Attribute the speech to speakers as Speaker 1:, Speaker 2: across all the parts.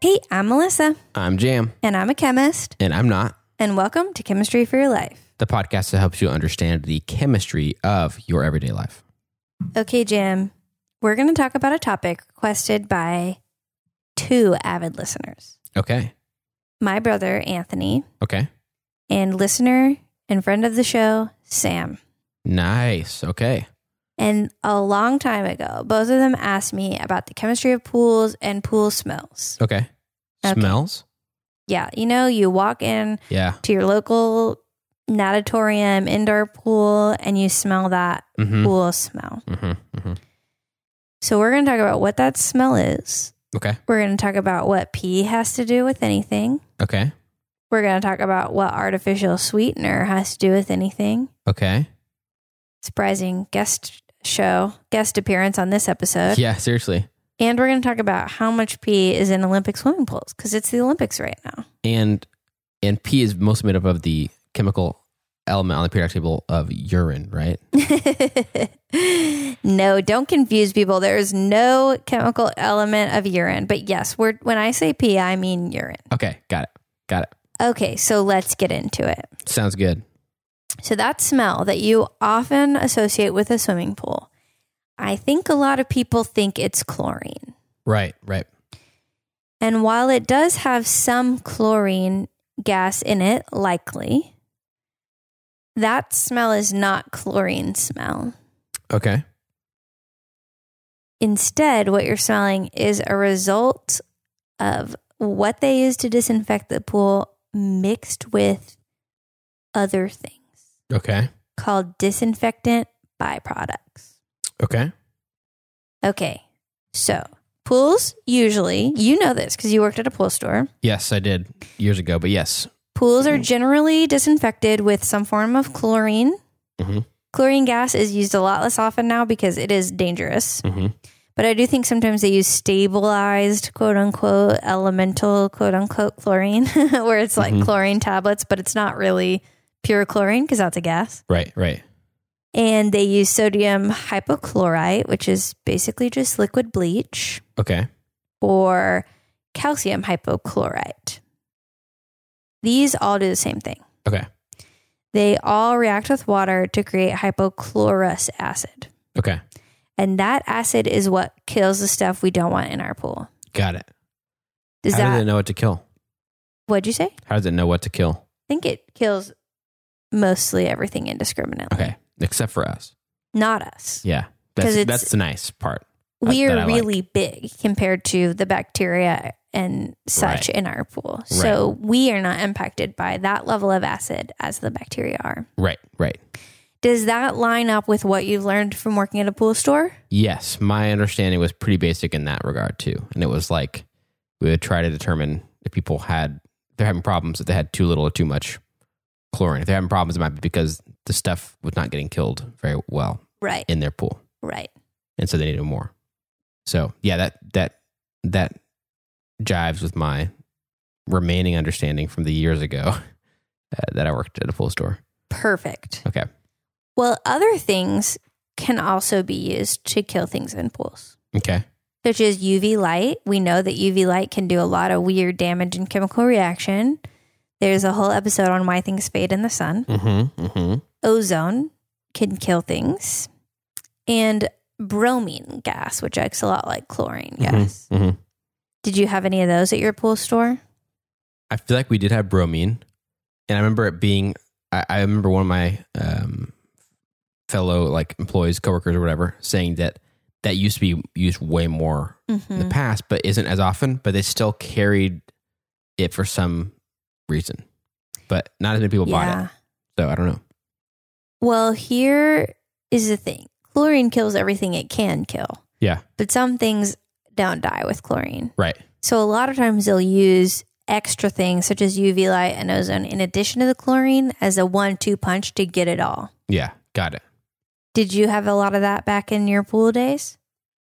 Speaker 1: Hey, I'm Melissa,
Speaker 2: I'm Jam,
Speaker 1: and I'm a chemist,
Speaker 2: and I'm not
Speaker 1: and welcome to Chemistry for Your Life.
Speaker 2: the podcast that helps you understand the chemistry of your everyday life.
Speaker 1: Okay, Jim, we're going to talk about a topic requested by two avid listeners
Speaker 2: Okay.
Speaker 1: my brother, Anthony,
Speaker 2: Okay.
Speaker 1: and listener and friend of the show, Sam.
Speaker 2: Nice. Okay.
Speaker 1: And a long time ago, both of them asked me about the chemistry of pools and pool smells.
Speaker 2: Okay.
Speaker 1: Okay.
Speaker 2: Smells?
Speaker 1: Yeah, you know, you walk in
Speaker 2: Yeah.
Speaker 1: to your local natatorium indoor pool and you smell that
Speaker 2: Mm-hmm.
Speaker 1: pool smell.
Speaker 2: Mm-hmm. hmm
Speaker 1: So we're going to talk about what that smell is.
Speaker 2: Okay.
Speaker 1: We're going to talk about what pee has to do with anything.
Speaker 2: Okay.
Speaker 1: We're going to talk about what artificial sweetener has to do with anything.
Speaker 2: Okay.
Speaker 1: Surprising guest show, guest appearance on this episode.
Speaker 2: Yeah, seriously.
Speaker 1: And we're going to talk about how much pee is in Olympic swimming pools because it's the Olympics right now.
Speaker 2: And and P is mostly made up of the chemical element on the periodic table of urine, right?
Speaker 1: no, don't confuse people. There is no chemical element of urine. But yes, we're, when I say pee, I mean urine.
Speaker 2: Okay, got it. Got it.
Speaker 1: Okay, so let's get into it.
Speaker 2: Sounds good.
Speaker 1: So that smell that you often associate with a swimming pool, I think a lot of people think it's chlorine.
Speaker 2: Right, right.
Speaker 1: And while it does have some chlorine gas in it, likely, that smell is not chlorine smell.
Speaker 2: Okay.
Speaker 1: Instead, what you're smelling is a result of what they use to disinfect the pool mixed with other things
Speaker 2: Okay.
Speaker 1: called disinfectant byproducts.
Speaker 2: Okay.
Speaker 1: Okay. So, pools usually, you know this because you worked at a pool store.
Speaker 2: Yes, I did years ago, but yes.
Speaker 1: Pools are generally disinfected with some form of chlorine.
Speaker 2: Mhm.
Speaker 1: Chlorine gas is used a lot less often now because it is dangerous.
Speaker 2: Mm-hmm.
Speaker 1: But I do think sometimes they use stabilized, quote unquote, elemental, quote unquote, chlorine, where it's like
Speaker 2: Mhm.
Speaker 1: chlorine tablets, but it's not really pure chlorine because that's a gas.
Speaker 2: Right, right.
Speaker 1: And they use sodium hypochlorite, which is basically just liquid bleach.
Speaker 2: Okay.
Speaker 1: or calcium hypochlorite. These all do the same thing.
Speaker 2: Okay.
Speaker 1: They all react with water to create hypochlorous acid.
Speaker 2: Okay.
Speaker 1: And that acid is what kills the stuff we don't want in our pool.
Speaker 2: Got it.
Speaker 1: Does
Speaker 2: How
Speaker 1: that,
Speaker 2: did it know what to kill?
Speaker 1: what'd you say? I
Speaker 2: How does it know what to kill?
Speaker 1: think it kills mostly everything indiscriminately.
Speaker 2: Okay. Except for us.
Speaker 1: Not us.
Speaker 2: Yeah.
Speaker 1: 'Cause
Speaker 2: That's,
Speaker 1: it's-
Speaker 2: that's the nice part. that-
Speaker 1: we
Speaker 2: that
Speaker 1: are
Speaker 2: I like.
Speaker 1: really big compared to the bacteria and such in our pool. So we are not impacted by that level of acid as the bacteria are.
Speaker 2: Right. Right.
Speaker 1: Does that line up with what you've learned from working at a pool store?
Speaker 2: Yes. My understanding was pretty basic in that regard, too. And it was like we would try to determine if people had, if they're having problems, if they had too little or too much chlorine. If they're having problems, it might be because the stuff was not getting killed very well
Speaker 1: Right,
Speaker 2: in their pool.
Speaker 1: right.
Speaker 2: And so they needed more. So, yeah, that, that, that jives with my remaining understanding from the years ago uh, that I worked at a pool store.
Speaker 1: Perfect.
Speaker 2: Okay.
Speaker 1: Well, other things can also be used to kill things in pools,
Speaker 2: Okay.
Speaker 1: such as UV light. We know that UV light can do a lot of weird damage and chemical reaction. There's a whole episode on why things fade in the sun.
Speaker 2: Mm-hmm. Mm-hmm.
Speaker 1: Ozone can kill things. And bromine gas, which acts a lot like chlorine gas.
Speaker 2: Mm-hmm.
Speaker 1: Did you have any of those at your pool store?
Speaker 2: I feel like we did have bromine, and I remember it being. I, I remember one of my um, fellow like employees, coworkers, or whatever, saying that that used to be used way more
Speaker 1: Mm-hmm.
Speaker 2: in the past, but isn't as often. But they still carried it for some reason, but not as many people bought it. So I don't know.
Speaker 1: Well, here is the thing chlorine kills everything it can kill.
Speaker 2: Yeah.
Speaker 1: But some things don't die with chlorine.
Speaker 2: Right.
Speaker 1: So a lot of times they'll use extra things such as UV light and ozone in addition to the chlorine as a one two punch to get it all.
Speaker 2: Yeah. Got it.
Speaker 1: Did you have a lot of that back in your pool days?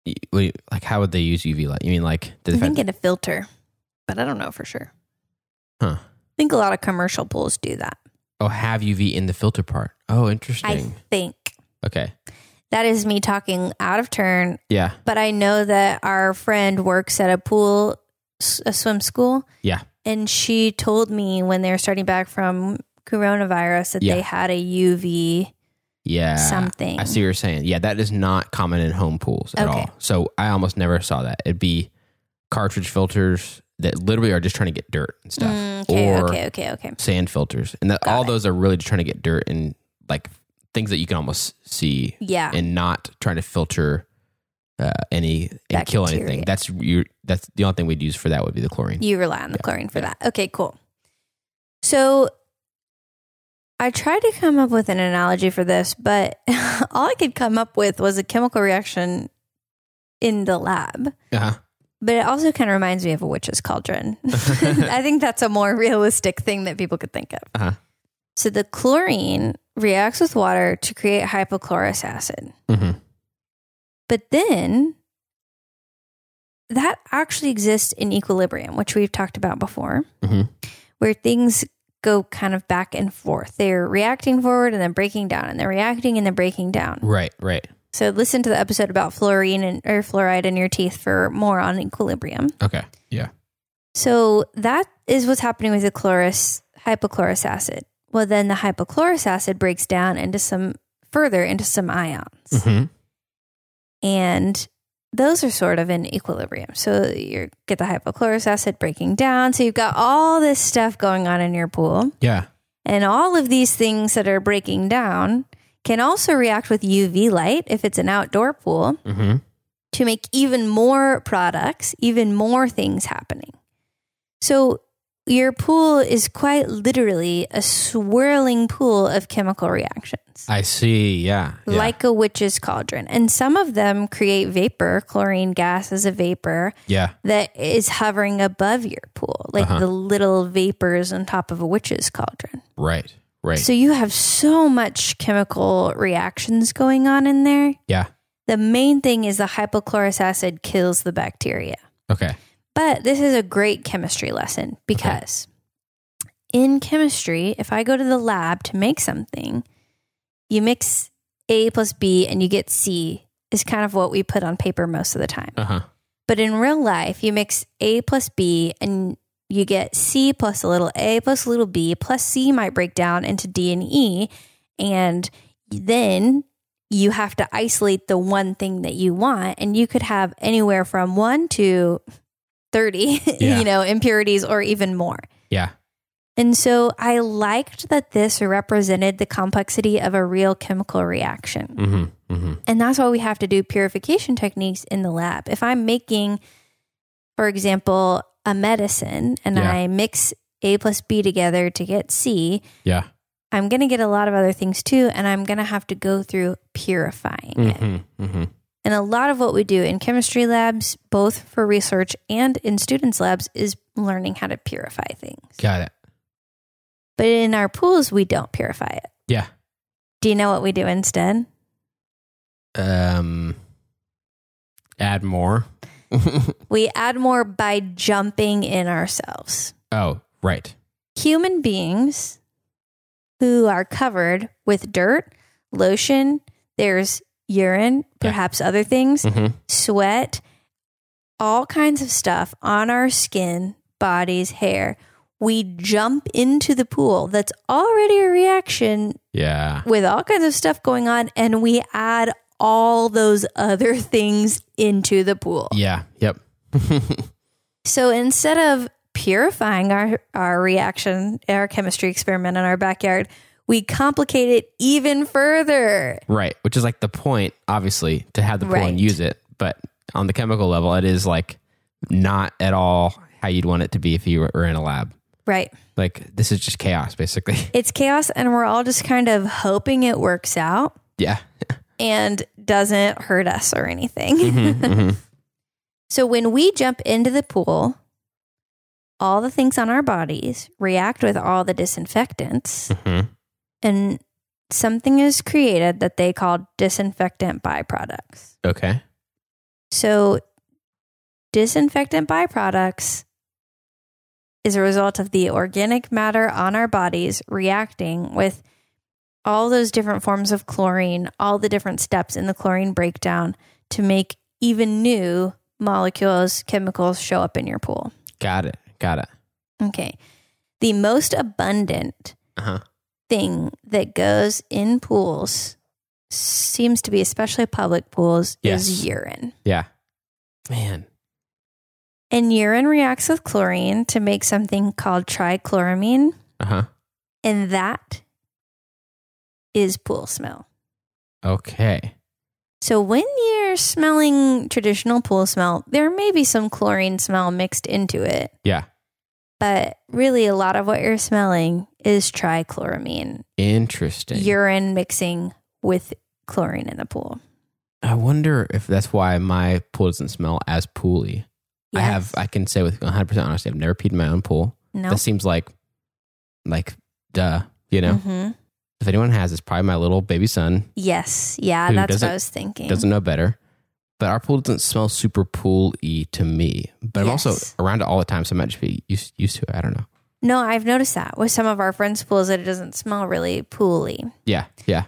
Speaker 2: Y- what do you- Like, how would they use UV light? You mean like did
Speaker 1: I
Speaker 2: they
Speaker 1: think
Speaker 2: find,
Speaker 1: in a filter, but I don't know for sure.
Speaker 2: Huh.
Speaker 1: I think a lot of commercial pools do that.
Speaker 2: oh have UV in the filter part? Oh,
Speaker 1: I
Speaker 2: interesting.
Speaker 1: think
Speaker 2: okay.
Speaker 1: that is me talking out of turn
Speaker 2: Yeah.
Speaker 1: but I know that our friend works at a pool s- a swim school.
Speaker 2: Yeah.
Speaker 1: And she told me when they were starting back from coronavirus that
Speaker 2: Yeah.
Speaker 1: they had a UV
Speaker 2: Yeah.
Speaker 1: something.
Speaker 2: I see what you're saying. Yeah, that is not common in home pools at
Speaker 1: Okay.
Speaker 2: all. So I almost never saw that. It'd be cartridge filters that literally are just trying to get dirt and stuff,
Speaker 1: Mm, okay,
Speaker 2: or
Speaker 1: okay, okay, okay.
Speaker 2: sand filters, and that,
Speaker 1: Got
Speaker 2: all
Speaker 1: it.
Speaker 2: those are really just trying to get dirt and like things that you can almost see
Speaker 1: Yeah.
Speaker 2: and not trying to filter uh, any and kill anything.
Speaker 1: Bacteria.
Speaker 2: That's you. That's the only thing we'd use for that would be the chlorine.
Speaker 1: You rely on the chlorine for that. Okay, cool. So I tried to come up with an analogy for this, but all I could come up with was a chemical reaction in the lab.
Speaker 2: Uh-huh.
Speaker 1: But it also kind of reminds me of a witch's cauldron. I think that's a more realistic thing that people could think of.
Speaker 2: Uh-huh.
Speaker 1: So the chlorine reacts with water to create hypochlorous acid.
Speaker 2: Mhm.
Speaker 1: But then that actually exists in equilibrium, which we've talked about before,
Speaker 2: Mhm.
Speaker 1: where things go kind of back and forth. They're reacting forward and then breaking down, and they're reacting and then breaking down.
Speaker 2: Right. Right.
Speaker 1: So listen to the episode about fluorine and or fluoride in your teeth for more on equilibrium.
Speaker 2: Okay. Yeah.
Speaker 1: So that is what's happening with the chlorous hypochlorous acid. Well, then the hypochlorous acid breaks down into some further into some ions
Speaker 2: Mhm.
Speaker 1: and those are sort of in equilibrium. So you get the hypochlorous acid breaking down. So you've got all this stuff going on in your pool,
Speaker 2: Yeah.
Speaker 1: and all of these things that are breaking down can also react with UV light if it's an outdoor pool
Speaker 2: hmm
Speaker 1: to make even more products, even more things happening. So your pool is quite literally a swirling pool of chemical reactions
Speaker 2: I see. Yeah. yeah.
Speaker 1: like a witch's cauldron. And some of them create vapor, chlorine gas as a vapor
Speaker 2: yeah.
Speaker 1: that is hovering above your pool, like
Speaker 2: Uh-huh.
Speaker 1: the little vapors on top of a witch's cauldron.
Speaker 2: Right. Right.
Speaker 1: So you have so much chemical reactions going on in there.
Speaker 2: yeah.
Speaker 1: The main thing is the hypochlorous acid kills the bacteria.
Speaker 2: Okay.
Speaker 1: But this is a great chemistry lesson because in chemistry, if I go to the lab to make something, you mix A plus B and you get C, is kind of what we put on paper most of the time.
Speaker 2: Uh huh.
Speaker 1: But in real life, you mix A plus B and you get C plus a little A plus a little B plus C might break down into D and E. And then you have to isolate the one thing that you want. And you could have anywhere from one to 30,
Speaker 2: Yeah.
Speaker 1: you know, impurities or even more.
Speaker 2: Yeah.
Speaker 1: And so I liked that this represented the complexity of a real chemical reaction.
Speaker 2: Mm-hmm. Mm-hmm.
Speaker 1: And that's why we have to do purification techniques in the lab. If I'm making, for example, a medicine and
Speaker 2: Yeah.
Speaker 1: I mix A plus B together to get C,
Speaker 2: Yeah.
Speaker 1: I'm going to get a lot of other things too. And I'm going to have to go through purifying it.
Speaker 2: Mm-hmm. Mm-hmm.
Speaker 1: And a lot of what we do in chemistry labs, both for research and in students' labs, is learning how to purify things.
Speaker 2: Got it.
Speaker 1: But in our pools, we don't purify it.
Speaker 2: Yeah.
Speaker 1: Do you know what we do instead?
Speaker 2: Um. Add more.
Speaker 1: We add more by jumping in ourselves.
Speaker 2: oh, right.
Speaker 1: human beings who are covered with dirt, lotion, there's urine,
Speaker 2: Yeah.
Speaker 1: perhaps other things,
Speaker 2: Mm-hmm.
Speaker 1: sweat, all kinds of stuff on our skin, bodies, hair. We jump into the pool that's already a reaction
Speaker 2: Yeah.
Speaker 1: with all kinds of stuff going on, and we add all those other things into the pool.
Speaker 2: Yeah. Yep.
Speaker 1: So instead of purifying our, our reaction, our chemistry experiment in our backyard, we complicate it even further.
Speaker 2: right. Which is like the point, obviously, to have the pool
Speaker 1: Right.
Speaker 2: and use it. But on the chemical level, it is like not at all how you'd want it to be if you were in a lab.
Speaker 1: Right.
Speaker 2: Like this is just chaos, basically.
Speaker 1: It's chaos, and we're all just kind of hoping it works out
Speaker 2: yeah.
Speaker 1: and doesn't hurt us or anything.
Speaker 2: Mhm.
Speaker 1: mm-hmm, So when we jump into the pool, all the things on our bodies react with all the disinfectants,
Speaker 2: Mhm.
Speaker 1: and something is created that they call disinfectant byproducts.
Speaker 2: Okay.
Speaker 1: So, disinfectant byproducts is a result of the organic matter on our bodies reacting with all those different forms of chlorine, all the different steps in the chlorine breakdown to make even new molecules, chemicals show up in your pool.
Speaker 2: Got it. Got it.
Speaker 1: Okay. The most abundant
Speaker 2: Uh huh.
Speaker 1: thing that goes in pools seems to be, especially public pools,
Speaker 2: Yes.
Speaker 1: is urine.
Speaker 2: Yeah. Man.
Speaker 1: And urine reacts with chlorine to make something called trichloramine,
Speaker 2: Uh huh.
Speaker 1: and that is pool smell.
Speaker 2: Okay.
Speaker 1: So when you're smelling traditional pool smell, there may be some chlorine smell mixed into it.
Speaker 2: Yeah.
Speaker 1: But really, a lot of what you're smelling is trichloramine,
Speaker 2: Interesting.
Speaker 1: urine mixing with chlorine in the pool.
Speaker 2: I wonder if that's why my pool doesn't smell as pooly. I have.
Speaker 1: Yes.
Speaker 2: I can say with 100 percent honesty, I've never peed in my own pool.
Speaker 1: no.
Speaker 2: That seems like, like, duh. You know,
Speaker 1: Mhm.
Speaker 2: if anyone has, it's probably my little baby son.
Speaker 1: Yes. Yeah.
Speaker 2: Who
Speaker 1: that's what
Speaker 2: doesn't-
Speaker 1: I was thinking.
Speaker 2: doesn't know better. But our pool doesn't smell super pool y to me. But I'm
Speaker 1: Yes.
Speaker 2: also around it all the time, so I might just be used, used to it. I don't know.
Speaker 1: no, I've noticed that with some of our friends' pools that it doesn't smell really pooly.
Speaker 2: Yeah, yeah.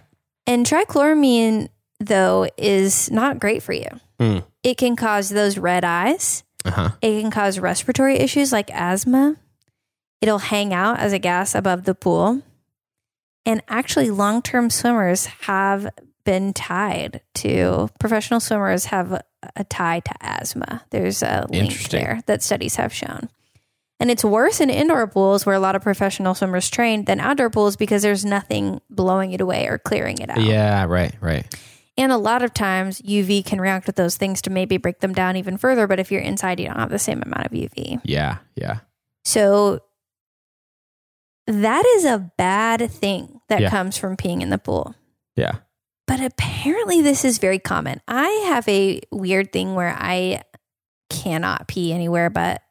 Speaker 1: And trichloramine, though, is not great for you.
Speaker 2: Hmm.
Speaker 1: It can cause those red eyes.
Speaker 2: Uh huh.
Speaker 1: It can cause respiratory issues like asthma. It'll hang out as a gas above the pool. And actually, long term swimmers have been tied to professional swimmers have a tie to asthma. There's a link
Speaker 2: Interesting.
Speaker 1: there that studies have shown. And it's worse in indoor pools where a lot of professional swimmers train than outdoor pools because there's nothing blowing it away or clearing it out.
Speaker 2: Yeah, right, right.
Speaker 1: And a lot of times UV can react with those things to maybe break them down even further. But if you're inside, you don't have the same amount of UV.
Speaker 2: Yeah, yeah.
Speaker 1: So that is a bad thing that
Speaker 2: Yeah.
Speaker 1: comes from peeing in the pool.
Speaker 2: Yeah.
Speaker 1: But apparently, this is very common. I have a weird thing where I cannot pee anywhere but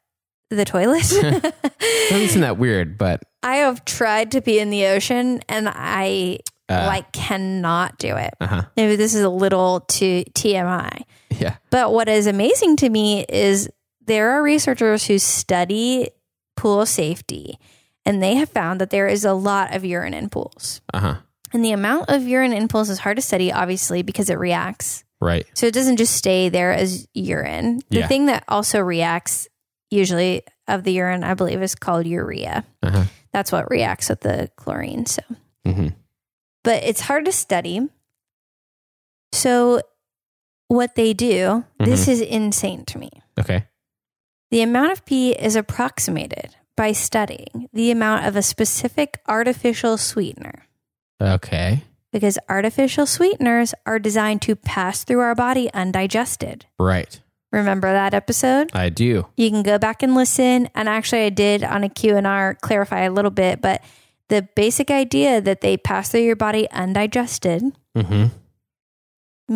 Speaker 1: the toilet.
Speaker 2: Doesn't seem that weird, but
Speaker 1: I have tried to pee in the ocean and I
Speaker 2: uh,
Speaker 1: like cannot do it.
Speaker 2: uh huh.
Speaker 1: Maybe this is a little too TMI.
Speaker 2: Yeah.
Speaker 1: But what is amazing to me is there are researchers who study pool safety, and they have found that there is a lot of urine in pools.
Speaker 2: Uh huh.
Speaker 1: And the amount of urine in pools is hard to study, obviously, because it reacts.
Speaker 2: Right.
Speaker 1: So it doesn't just stay there as urine. The
Speaker 2: Yeah.
Speaker 1: thing that also reacts, usually, of the urine, I believe, is called urea.
Speaker 2: Uh huh.
Speaker 1: That's what reacts with the chlorine. So
Speaker 2: hmm
Speaker 1: but it's hard to study. So, what they do, this is insane to me.
Speaker 2: Okay.
Speaker 1: The amount of pee is approximated by studying the amount of a specific artificial sweetener
Speaker 2: Okay.
Speaker 1: because artificial sweeteners are designed to pass through our body undigested.
Speaker 2: Right.
Speaker 1: Remember that episode?
Speaker 2: I do.
Speaker 1: You can go back and listen. And actually, I did on a Q&R clarify a little bit, but the basic idea that they pass through your body undigested
Speaker 2: Mm-hmm.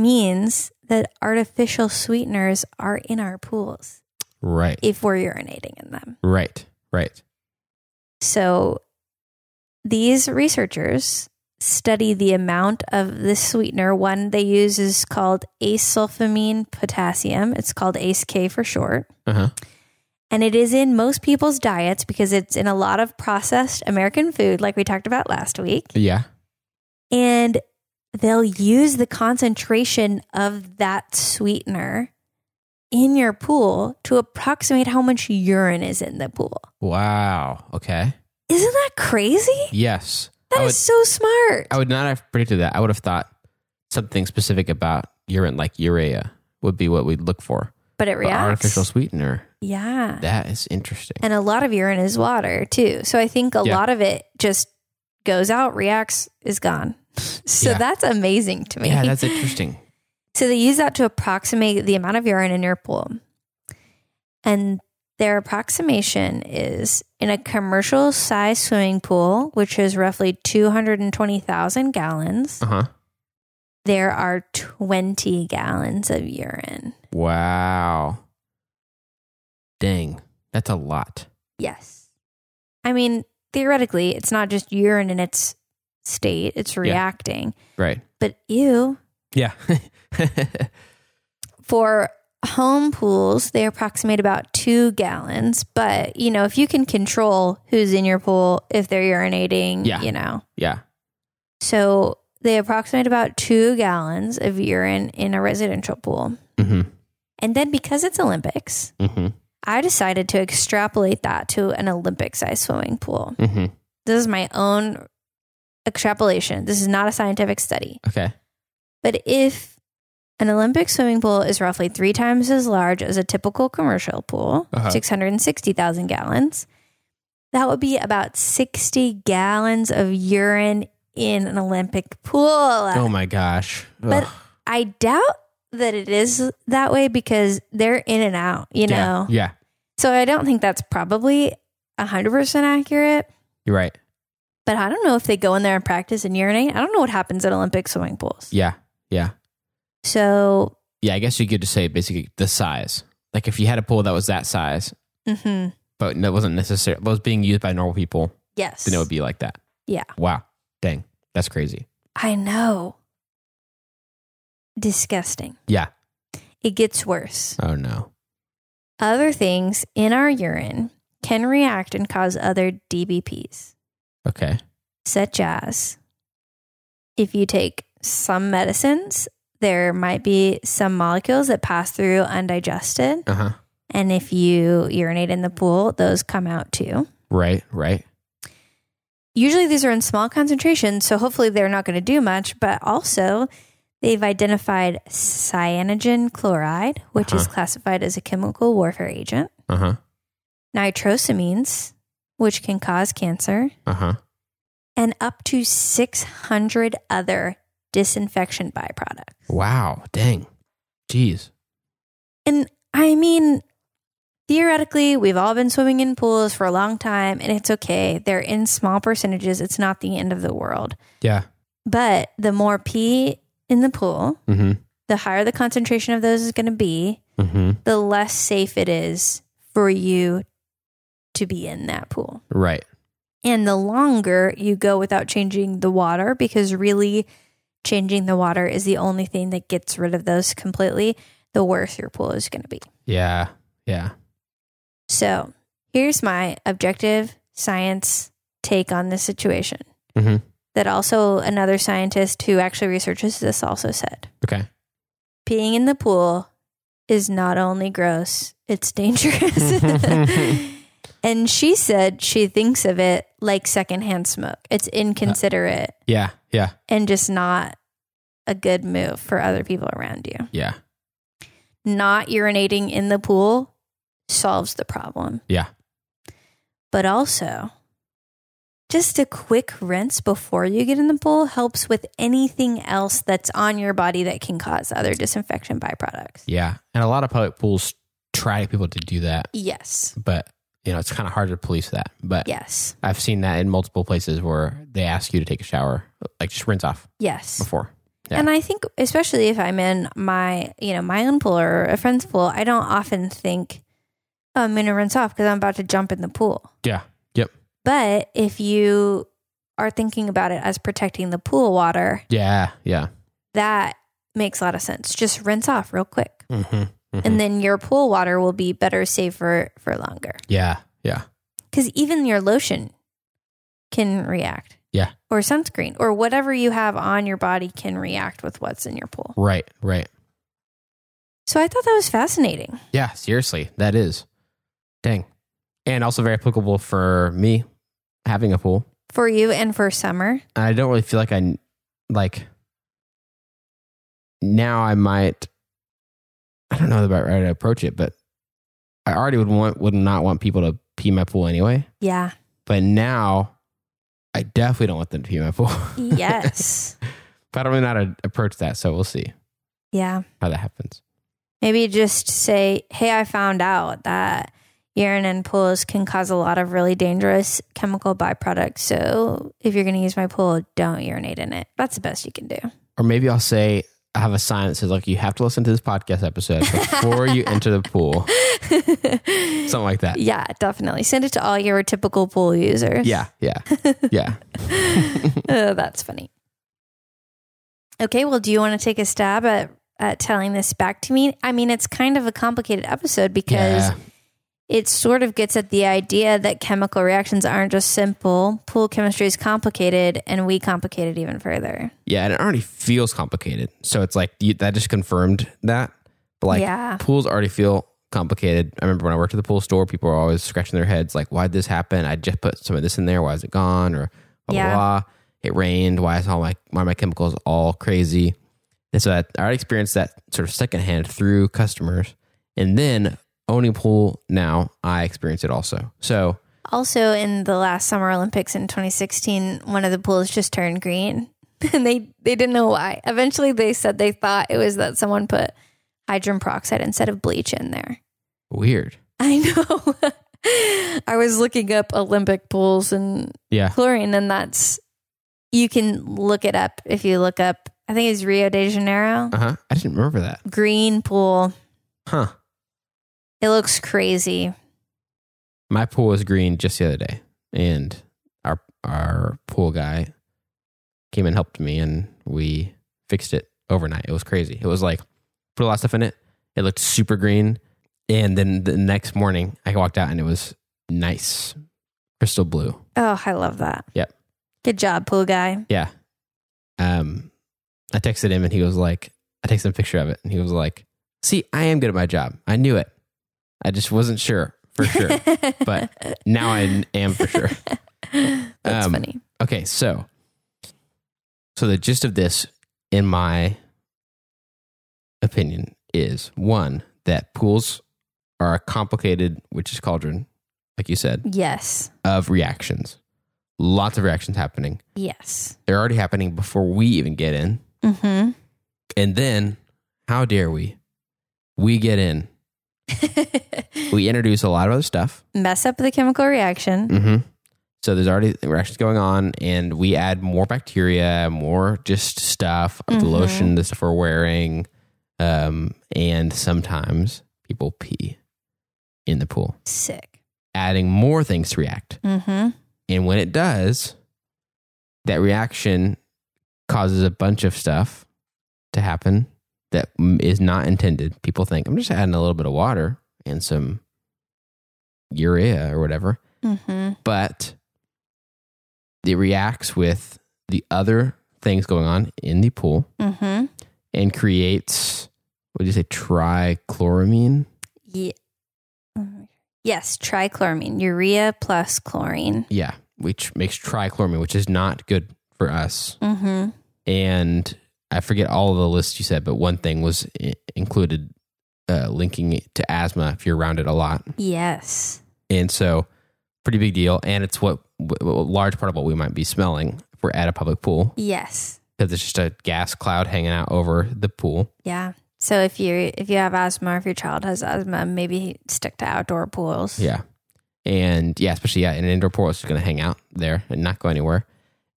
Speaker 1: means that artificial sweeteners are in our pools
Speaker 2: Right.
Speaker 1: if we're urinating in them.
Speaker 2: Right. Right.
Speaker 1: So these researchers study the amount of this sweetener. One they use is called acesulfamine potassium. It's called ACE-K for short.
Speaker 2: Uh huh.
Speaker 1: And it is in most people's diets because it's in a lot of processed American food, like we talked about last week.
Speaker 2: Yeah.
Speaker 1: and they'll use the concentration of that sweetener in your pool to approximate how much urine is in the pool.
Speaker 2: Wow. Okay.
Speaker 1: Isn't that crazy?
Speaker 2: Yes.
Speaker 1: That
Speaker 2: I
Speaker 1: is
Speaker 2: would,
Speaker 1: so smart.
Speaker 2: I would not have predicted that. I would have thought something specific about urine, like urea, would be what we'd look for.
Speaker 1: but it
Speaker 2: But
Speaker 1: reacts.
Speaker 2: artificial sweetener.
Speaker 1: yeah.
Speaker 2: That is interesting.
Speaker 1: And a lot of urine is water too. So I think a
Speaker 2: Yeah.
Speaker 1: lot of it just goes out, reacts, is gone. So
Speaker 2: Yeah.
Speaker 1: that's amazing to me.
Speaker 2: Yeah, that's interesting.
Speaker 1: So they use that to approximate the amount of urine in your pool. And their approximation is in a commercial size swimming pool, which is roughly 220,000 gallons,
Speaker 2: Uh huh.
Speaker 1: there are 20 gallons of urine.
Speaker 2: Wow. Dang, that's a lot.
Speaker 1: Yes. I mean, theoretically, it's not just urine in its state, it's reacting.
Speaker 2: Right.
Speaker 1: But ew,
Speaker 2: Yeah.
Speaker 1: for home pools, they approximate about two gallons. But you know, if you can control who's in your pool, if they're urinating,
Speaker 2: Yeah.
Speaker 1: you know,
Speaker 2: yeah.
Speaker 1: so they approximate about two gallons of urine in a residential pool.
Speaker 2: Mm
Speaker 1: And then because it's Olympics,
Speaker 2: hmm. Mm hmm.
Speaker 1: I decided to extrapolate that to an Olympic sized swimming pool.
Speaker 2: hmm
Speaker 1: This is my own extrapolation. This is not a scientific study.
Speaker 2: Okay.
Speaker 1: But if an Olympic swimming pool is roughly three times as large as a typical commercial pool,
Speaker 2: Uh-huh.
Speaker 1: 660,000 gallons, that would be about 60 gallons of urine in an Olympic pool.
Speaker 2: Oh my gosh.
Speaker 1: But
Speaker 2: Ugh.
Speaker 1: I doubt that it is that way because they're in and out, you know?
Speaker 2: yeah. Yeah.
Speaker 1: So I don't think that's probably 100% accurate.
Speaker 2: You're right.
Speaker 1: But I don't know if they go in there and practice and urinate. I don't know what happens at Olympic swimming pools.
Speaker 2: Yeah. Yeah.
Speaker 1: So,
Speaker 2: Yeah. I guess you could just say basically the size. Like if you had a pool that was that size,
Speaker 1: mhm.
Speaker 2: but that wasn't necessary, but was being used by normal people,
Speaker 1: yes.
Speaker 2: then it would be like that.
Speaker 1: Yeah.
Speaker 2: Wow. Dang. That's crazy.
Speaker 1: I know. Disgusting.
Speaker 2: Yeah.
Speaker 1: It gets worse.
Speaker 2: Oh no.
Speaker 1: Other things in our urine can react and cause other DBPs,
Speaker 2: Okay.
Speaker 1: such as if you take some medicines, there might be some molecules that pass through undigested.
Speaker 2: Uh huh.
Speaker 1: And if you urinate in the pool, those come out too.
Speaker 2: Right. Right.
Speaker 1: Usually these are in small concentrations, so hopefully they're not going to do much, but also they've identified cyanogen chloride, which is
Speaker 2: Uh-huh.
Speaker 1: classified as a chemical warfare agent,
Speaker 2: Uh huh.
Speaker 1: nitrosamines, which can cause cancer,
Speaker 2: Uh huh.
Speaker 1: and up to 600 other disinfection byproducts.
Speaker 2: Wow. Dang. Jeez.
Speaker 1: And I mean, theoretically, we've all been swimming in pools for a long time and it's okay. They're in small percentages. It's not the end of the world.
Speaker 2: Yeah.
Speaker 1: But the more pee in the pool,
Speaker 2: Mm
Speaker 1: the higher the concentration of those is going to be,
Speaker 2: hmm. Mm hmm.
Speaker 1: the less safe it is for you to be in that pool.
Speaker 2: Right.
Speaker 1: And the longer you go without changing the water, because really changing the water is the only thing that gets rid of those completely, the worse your pool is going to be.
Speaker 2: Yeah. Yeah.
Speaker 1: So here's my objective science take on this situation.
Speaker 2: Mhm.
Speaker 1: That also another scientist who actually researches this also said
Speaker 2: Okay.
Speaker 1: peeing in the pool is not only gross, it's dangerous. and she said she thinks of it like secondhand smoke. It's inconsiderate
Speaker 2: Yeah. Yeah.
Speaker 1: and just not a good move for other people around you.
Speaker 2: Yeah.
Speaker 1: Not urinating in the pool solves the problem.
Speaker 2: Yeah.
Speaker 1: but also just a quick rinse before you get in the pool helps with anything else that's on your body that can cause other disinfection byproducts.
Speaker 2: Yeah. And a lot of public pools try people to do that,
Speaker 1: Yes.
Speaker 2: but you know, it's kind of hard to police that. But
Speaker 1: Yes.
Speaker 2: I've seen that in multiple places where they ask you to take a shower, like just rinse off
Speaker 1: Yes.
Speaker 2: before. Yeah.
Speaker 1: And I think especially if I'm in my, you know, my own pool or a friend's pool, I don't often think oh, I'm going to rinse off because I'm about to jump in the pool.
Speaker 2: Yeah. Yep.
Speaker 1: But if you are thinking about it as protecting the pool water,
Speaker 2: Yeah. Yeah.
Speaker 1: that makes a lot of sense. Just rinse off real quick.
Speaker 2: Mm-hmm.
Speaker 1: and then your pool water will be better safer for longer
Speaker 2: yeah. Yeah.
Speaker 1: because even your lotion can react
Speaker 2: Yeah.
Speaker 1: or sunscreen or whatever you have on your body can react with what's in your pool
Speaker 2: Right. Right.
Speaker 1: so i thought that was fascinating
Speaker 2: Yeah. Seriously. That is. Dang. And also very applicable for me having a pool.
Speaker 1: for you and for summer
Speaker 2: I don't really feel like I like now I might I don't know the right way to approach it, but I already would want would not want people to pee my pool anyway.
Speaker 1: yeah
Speaker 2: But now I definitely don't want them to pee my pool.
Speaker 1: yes
Speaker 2: but I don't really know how to approach that, so we'll see
Speaker 1: yeah
Speaker 2: how that happens.
Speaker 1: maybe just say hey i found out that urine in pools can cause a lot of really dangerous chemical byproducts so if you're going to use my pool don't urinate in it that's the best you can do
Speaker 2: Or maybe I'll say I have a sign that says like you have to listen to this podcast episode before you enter the pool. Something like that.
Speaker 1: Yeah, definitely. Send it to all your typical pool users.
Speaker 2: Yeah, yeah. Yeah.
Speaker 1: Oh, that's funny. Okay, well, do you want to take a stab at, at telling this back to me? I mean, it's kind of a complicated episode because
Speaker 2: Yeah.
Speaker 1: it sort of gets at the idea that chemical reactions aren't just simple. Pool chemistry is complicated, and we complicate it even further.
Speaker 2: Yeah, and it already feels complicated. So it's like you, that just confirmed that. But like
Speaker 1: yeah.
Speaker 2: pools already feel complicated. I remember when I worked at the pool store, people were always scratching their heads like, why'd this happen? I just put some of this in there. Why is it gone? Or blah,
Speaker 1: Yeah.
Speaker 2: blah, blah. It rained. Why is all my, why are my chemicals all crazy? And so that, I already experienced that sort of secondhand through customers. And then owning a pool now, I experience it also. So
Speaker 1: Also, in the last Summer Olympics in 2016, one of the pools just turned green, and they they didn't know why. Eventually, they said they thought it was that someone put hydrogen peroxide instead of bleach in there.
Speaker 2: weird.
Speaker 1: I know. I was looking up Olympic pools and
Speaker 2: Yeah.
Speaker 1: chlorine, and that's you can look it up if you look up. I think it's Rio de Janeiro
Speaker 2: Uh huh. I didn't remember that.
Speaker 1: green pool.
Speaker 2: Huh.
Speaker 1: It looks crazy.
Speaker 2: my pool was green just the other day, and our our pool guy came and helped me, and we fixed it overnight. It was crazy. It was like put a lot of stuff in it. It looked super green, and then the next morning I walked out and it was nice, crystal blue.
Speaker 1: Oh, I love that.
Speaker 2: Yep.
Speaker 1: Good job, pool guy.
Speaker 2: Yeah. Um, I texted him and he was like, I texted him a picture of it and he was like, "See, I am good at my job. I knew it. I just wasn't sure for sure, but now I am for sure."
Speaker 1: That's
Speaker 2: Um,
Speaker 1: funny.
Speaker 2: Okay, so so the gist of this, in my opinion, is one that pools are a complicated, which is cauldron, like you said,
Speaker 1: Yes.
Speaker 2: of reactions. Lots of reactions happening.
Speaker 1: Yes.
Speaker 2: They're already happening before we even get in,
Speaker 1: Mm-hmm.
Speaker 2: and then how dare we? We get in. We introduce a lot of other stuff.
Speaker 1: Mess up the chemical reaction.
Speaker 2: Mm-hmm. So there's already reactions going on, and we add more bacteria, more just stuff, the
Speaker 1: Mhm.
Speaker 2: lotion, the stuff we're wearing, um, and sometimes people pee in the pool,
Speaker 1: Sick.
Speaker 2: adding more things to react.
Speaker 1: Mm-hmm.
Speaker 2: And when it does, that reaction causes a bunch of stuff to happen that mm, is not intended. People think I'm just adding a little bit of water and some urea or whatever
Speaker 1: Mm-hmm.
Speaker 2: but it reacts with the other things going on in the pool
Speaker 1: Mm-hmm.
Speaker 2: and creates what do you say trichloramine
Speaker 1: Yeah. oh Yes, trichloramine, urea plus chlorine.
Speaker 2: yeah which makes trichloramine which is not good for us
Speaker 1: Mm-hmm.
Speaker 2: and i forget all of the lists you said but one thing was i- included uh, linking it to asthma if you're around it a lot
Speaker 1: Yes.
Speaker 2: and so pretty big deal and it's what a large part of what we might be smelling if we're at a public pool
Speaker 1: Yes.
Speaker 2: because it's just a gas cloud hanging out over the pool
Speaker 1: Yeah. So if you if you have asthma, or if your child has asthma, maybe stick to outdoor pools.
Speaker 2: Yeah. And yeah, especially yeah, in an indoor pool, it's just going to hang out there and not go anywhere.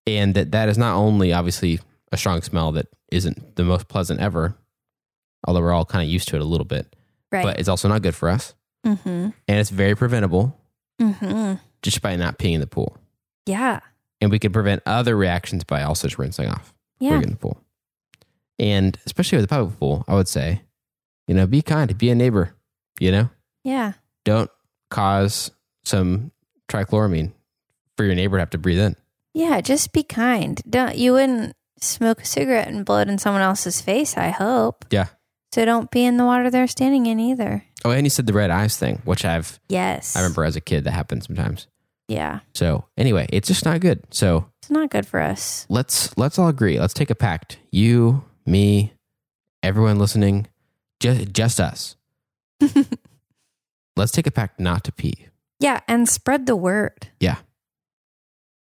Speaker 2: And that that is not only obviously a strong smell that isn't the most pleasant ever, although we're all kind of used to it a little bit,
Speaker 1: Right.
Speaker 2: but it's also not good for us.
Speaker 1: mm-hmm.
Speaker 2: And it's very preventable
Speaker 1: Mm-hmm.
Speaker 2: just by not peeing in the pool.
Speaker 1: Yeah.
Speaker 2: And we can prevent other reactions by also just rinsing off before we
Speaker 1: Yeah.
Speaker 2: get in the pool. And especially with the public pool, I would say, you know, be kind, be a neighbor, you know?
Speaker 1: Yeah.
Speaker 2: don't cause some trichloramine for your neighbor to have to breathe in.
Speaker 1: Yeah, just be kind. Don't you wouldn't smoke a cigarette and blow it in someone else's face, I hope.
Speaker 2: Yeah.
Speaker 1: So don't be in the water they're standing in either.
Speaker 2: Oh, and you said the red eyes thing, which I've
Speaker 1: Yes.
Speaker 2: I remember as a kid that happened sometimes.
Speaker 1: Yeah.
Speaker 2: So anyway, it's just not good. So
Speaker 1: It's not good for us.
Speaker 2: let's let's all agree. Let's take a pact. You, me, everyone listening, just just us. let's take a pact not to pee.
Speaker 1: Yeah, and spread the word.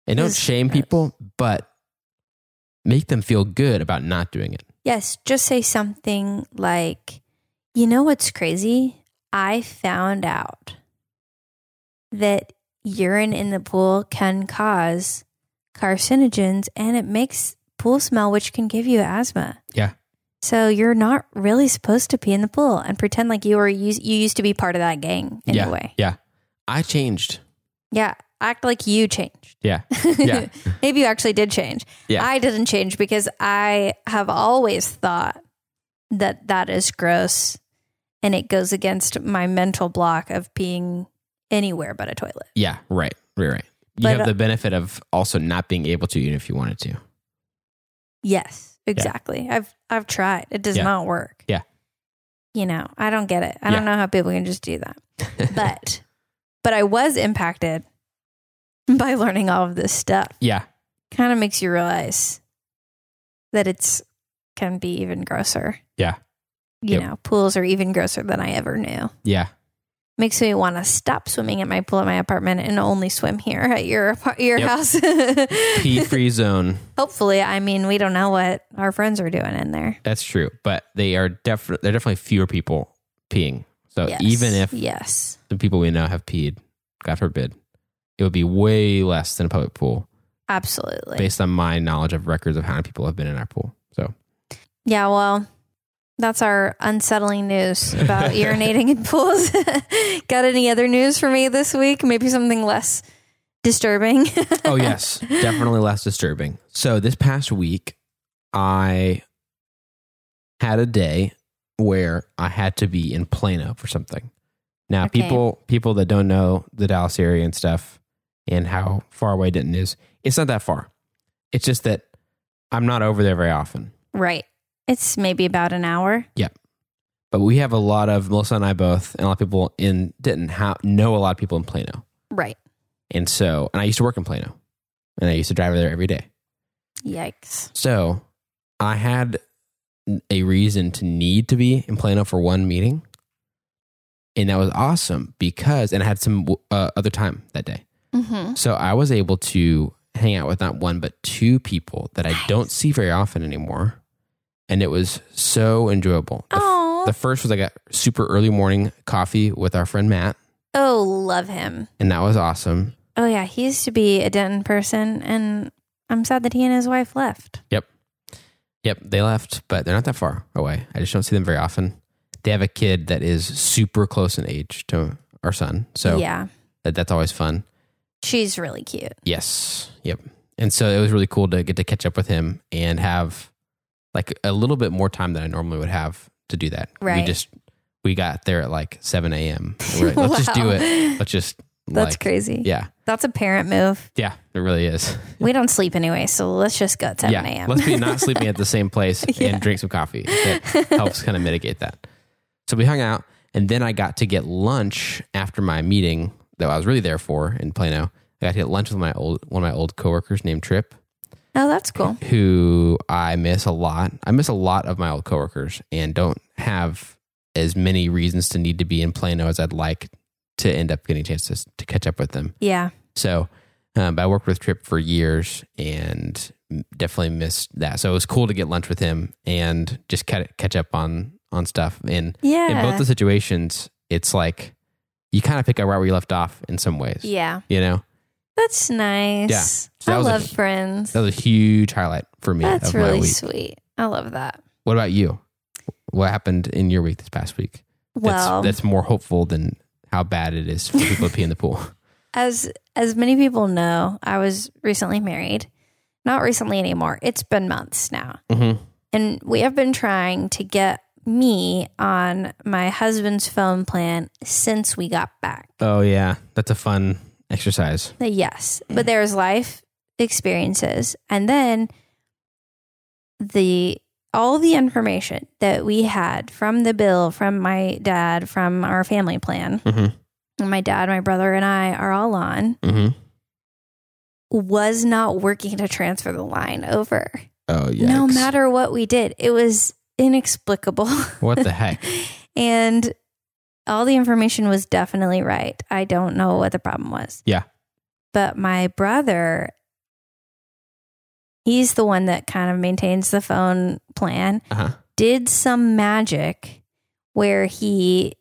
Speaker 2: And don't
Speaker 1: This-
Speaker 2: shame people, but make them feel good about not doing it.
Speaker 1: Yes, just say something like, "You know what's crazy? I found out that urine in the pool can cause carcinogens and it makes pool smell which can give you asthma."
Speaker 2: Yeah.
Speaker 1: So you're not really supposed to pee in the pool and pretend like you were us- you used to be part of that gang in
Speaker 2: yeah.
Speaker 1: a way.
Speaker 2: Yeah. I changed.
Speaker 1: Yeah, act like you changed.
Speaker 2: Yeah. Yeah.
Speaker 1: Maybe you actually did change.
Speaker 2: Yeah.
Speaker 1: I didn't change because I have always thought that that is gross and it goes against my mental block of being anywhere but a toilet.
Speaker 2: Yeah, right, right, right. You
Speaker 1: But,
Speaker 2: have
Speaker 1: uh,
Speaker 2: the benefit of also not being able to, even if you wanted to.
Speaker 1: Yes, exactly. I've I've tried. It does
Speaker 2: Yeah.
Speaker 1: not work.
Speaker 2: Yeah.
Speaker 1: you know, I don't get it. I don't know how people can just do that.
Speaker 2: But
Speaker 1: But but I was impacted by learning all of this stuff.
Speaker 2: yeah,
Speaker 1: Kind of makes you realize that it's can be even grosser.
Speaker 2: Yeah.
Speaker 1: You
Speaker 2: Yep.
Speaker 1: know, pools are even grosser than I ever knew.
Speaker 2: yeah,
Speaker 1: Makes me want to stop swimming at my pool at my apartment and only swim here at your apar- your
Speaker 2: Yep.
Speaker 1: house.
Speaker 2: pee free zone.
Speaker 1: Hopefully, I mean, we don't know what our friends are doing in there.
Speaker 2: That's true, but they are def- there are definitely fewer people peeing. So even if
Speaker 1: yes,
Speaker 2: the people we know have peed, God forbid, it would be way less than a public pool
Speaker 1: absolutely.
Speaker 2: based on my knowledge of records of how many people have been in our pool. So
Speaker 1: Yeah, well, that's our unsettling news about urinating in pools. Got any other news for me this week? Maybe something less disturbing.
Speaker 2: oh yes, definitely less disturbing. So this past week, I had a day where I had to be in Plano for something. Now,
Speaker 1: Okay.
Speaker 2: people people that don't know the Dallas area and stuff and how far away Denton is, it's not that far. It's just that I'm not over there very often.
Speaker 1: right. It's maybe about an hour.
Speaker 2: But we have a lot of Melissa and I both, and a lot of people in Denton ha- know a lot of people in Plano,
Speaker 1: Right.
Speaker 2: and so and I used to work in Plano, and I used to drive there every day.
Speaker 1: Yikes.
Speaker 2: So I had a reason to need to be in Plano for one meeting. And that was awesome because, and I had some uh, other time that day.
Speaker 1: Mm-hmm.
Speaker 2: So I was able to hang out with not one, but two people that I don't
Speaker 1: Nice.
Speaker 2: see very often anymore. And it was so enjoyable. The, f-
Speaker 1: Oh,
Speaker 2: the first was like a super early morning coffee with our friend Matt.
Speaker 1: oh, love him.
Speaker 2: And that was awesome.
Speaker 1: Oh yeah, he used to be a Denton person, and I'm sad that he and his wife left.
Speaker 2: Yep, they left, but they're not that far away. I just don't see them very often. They have a kid that is super close in age to our son, so
Speaker 1: yeah,
Speaker 2: that, that's always fun.
Speaker 1: she's really cute.
Speaker 2: Yes, yep. And so it was really cool to get to catch up with him and have like a little bit more time than I normally would have to do that. We
Speaker 1: Right.
Speaker 2: just we got there at like seven a.m. and We're like, Let's just do
Speaker 1: Wow.
Speaker 2: it. Let's just
Speaker 1: That's
Speaker 2: like,
Speaker 1: crazy.
Speaker 2: Yeah,
Speaker 1: That's a parent move.
Speaker 2: yeah. It really is.
Speaker 1: We don't sleep anyway, so let's just go at 7
Speaker 2: yeah,
Speaker 1: a.m.
Speaker 2: let's be not sleeping at the same place
Speaker 1: Yeah.
Speaker 2: and drink some coffee. That helps kind of mitigate that. So we hung out, and then I got to get lunch after my meeting that I was really there for in Plano. I got to get lunch with my old one of my old coworkers named Trip,
Speaker 1: oh, that's cool.
Speaker 2: who I miss a lot. I miss a lot of my old coworkers, and don't have as many reasons to need to be in Plano as I'd like to end up getting chances to catch up with them.
Speaker 1: Yeah.
Speaker 2: So, um, but I worked with Trip for years and definitely missed that. So it was cool to get lunch with him and just ca- catch up on on stuff. And
Speaker 1: Yeah.
Speaker 2: in both the situations, it's like you kind of pick up right where you left off in some ways.
Speaker 1: yeah.
Speaker 2: You know,
Speaker 1: That's nice.
Speaker 2: So that
Speaker 1: I
Speaker 2: was a-
Speaker 1: love friends.
Speaker 2: that was a huge highlight for me
Speaker 1: That's
Speaker 2: of my
Speaker 1: really
Speaker 2: week.
Speaker 1: sweet. I love that.
Speaker 2: What about you? What happened in your week this past week?
Speaker 1: Well,
Speaker 2: that's, that's more hopeful than how bad it is for people to pee in the pool.
Speaker 1: as as many people know, I was recently married. Not recently anymore. It's been months now.
Speaker 2: Mm-hmm.
Speaker 1: And we have been trying to get me on my husband's phone plan since we got back.
Speaker 2: Oh yeah, that's a fun exercise.
Speaker 1: The yes, but there was life experiences, and then the all the information that we had from the bill, from my dad, from our family plan,
Speaker 2: Mm-hmm.
Speaker 1: and my dad, my brother, and I are all on,
Speaker 2: Mm-hmm.
Speaker 1: was not working to transfer the line over.
Speaker 2: Oh yeah.
Speaker 1: No matter what we did, it was inexplicable.
Speaker 2: What the heck?
Speaker 1: and all the information was definitely right. I don't know what the problem was.
Speaker 2: Yeah.
Speaker 1: But my brother, he's the one that kind of maintains the phone plan,
Speaker 2: Uh-huh.
Speaker 1: did some magic where he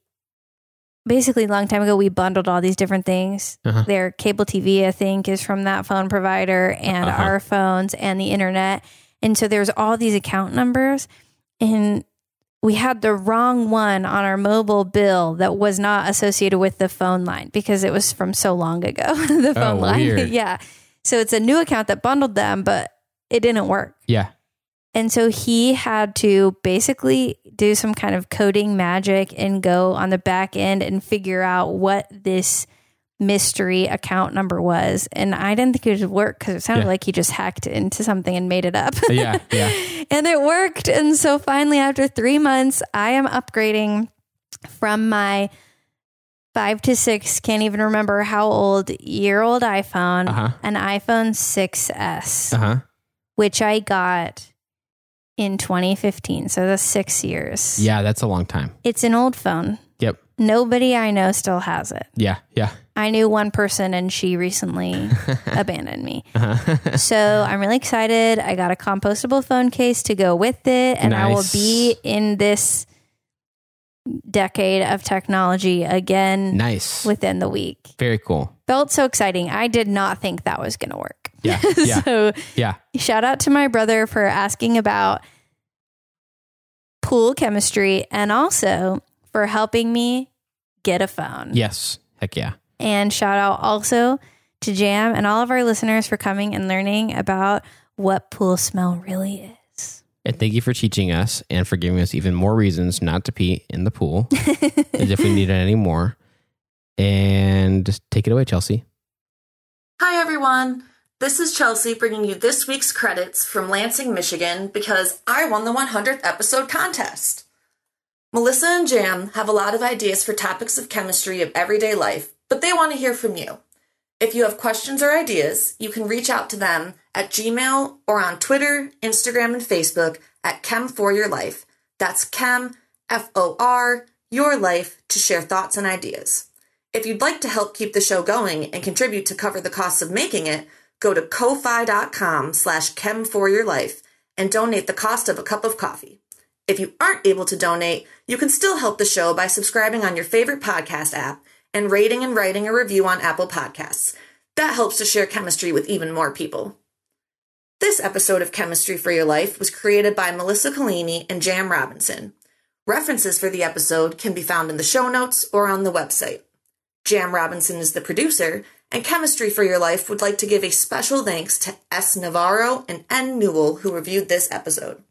Speaker 1: basically a long time ago we bundled all these different things.
Speaker 2: Uh-huh.
Speaker 1: Their cable TV, I think, is from that phone provider and
Speaker 2: Uh-huh.
Speaker 1: our phones and the internet. And so there's all these account numbers and we had the wrong one on our mobile bill that was not associated with the phone line because it was from so long ago. the phone
Speaker 2: Oh,
Speaker 1: line.
Speaker 2: weird.
Speaker 1: yeah. So it's a new account that bundled them, but it didn't work.
Speaker 2: Yeah.
Speaker 1: And so he had to basically do some kind of coding magic and go on the back end and figure out what this mystery account number was. And I didn't think it would work because it sounded
Speaker 2: Yeah.
Speaker 1: like he just hacked into something and made it up.
Speaker 2: yeah, yeah.
Speaker 1: and it worked. And so finally, after three months, I am upgrading from my five to six, can't even remember how old, year old iPhone,
Speaker 2: Uh huh.
Speaker 1: an iPhone 6S,
Speaker 2: Uh huh.
Speaker 1: which I got in 2015. So that's six years.
Speaker 2: Yeah, that's a long time.
Speaker 1: It's an old phone.
Speaker 2: Yep.
Speaker 1: Nobody I know still has it.
Speaker 2: Yeah, yeah.
Speaker 1: I knew one person and she recently abandoned me.
Speaker 2: Uh-huh.
Speaker 1: So I'm really excited. I got a compostable phone case to go with it, and I will
Speaker 2: Nice.
Speaker 1: be in this decade of technology again
Speaker 2: nice.
Speaker 1: within the week.
Speaker 2: Very cool.
Speaker 1: Felt so exciting. I did not think that was going to work.
Speaker 2: Yeah, yeah,
Speaker 1: so
Speaker 2: yeah.
Speaker 1: shout out to my brother for asking about pool chemistry and also for helping me get a phone.
Speaker 2: Yes. Heck yeah.
Speaker 1: And shout out also to Jam and all of our listeners for coming and learning about what pool smell really is.
Speaker 2: And thank you for teaching us and for giving us even more reasons not to pee in the pool as if we needed any more. And just take it away, Chelsea.
Speaker 3: Hi, everyone. This is Chelsea bringing you this week's credits from Lansing, Michigan, because I won the 100th episode contest. Melissa and Jam have a lot of ideas for topics of chemistry of everyday life, but they want to hear from you. If you have questions or ideas, you can reach out to them at Gmail or on Twitter, Instagram, and Facebook at Chem for Your Life. That's Chem, F O R, Your Life, to share thoughts and ideas. If you'd like to help keep the show going and contribute to cover the costs of making it, go to ko-fi.com slash chem for your life and donate the cost of a cup of coffee. If you aren't able to donate, you can still help the show by subscribing on your favorite podcast app and rating and writing a review on Apple Podcasts. That helps to share chemistry with even more people. This episode of Chemistry for Your Life was created by Melissa Collini and Jam Robinson. References for the episode can be found in the show notes or on the website. Jam Robinson is the producer, and Chemistry for Your Life would like to give a special thanks to S. Navarro and N. Newell who reviewed this episode.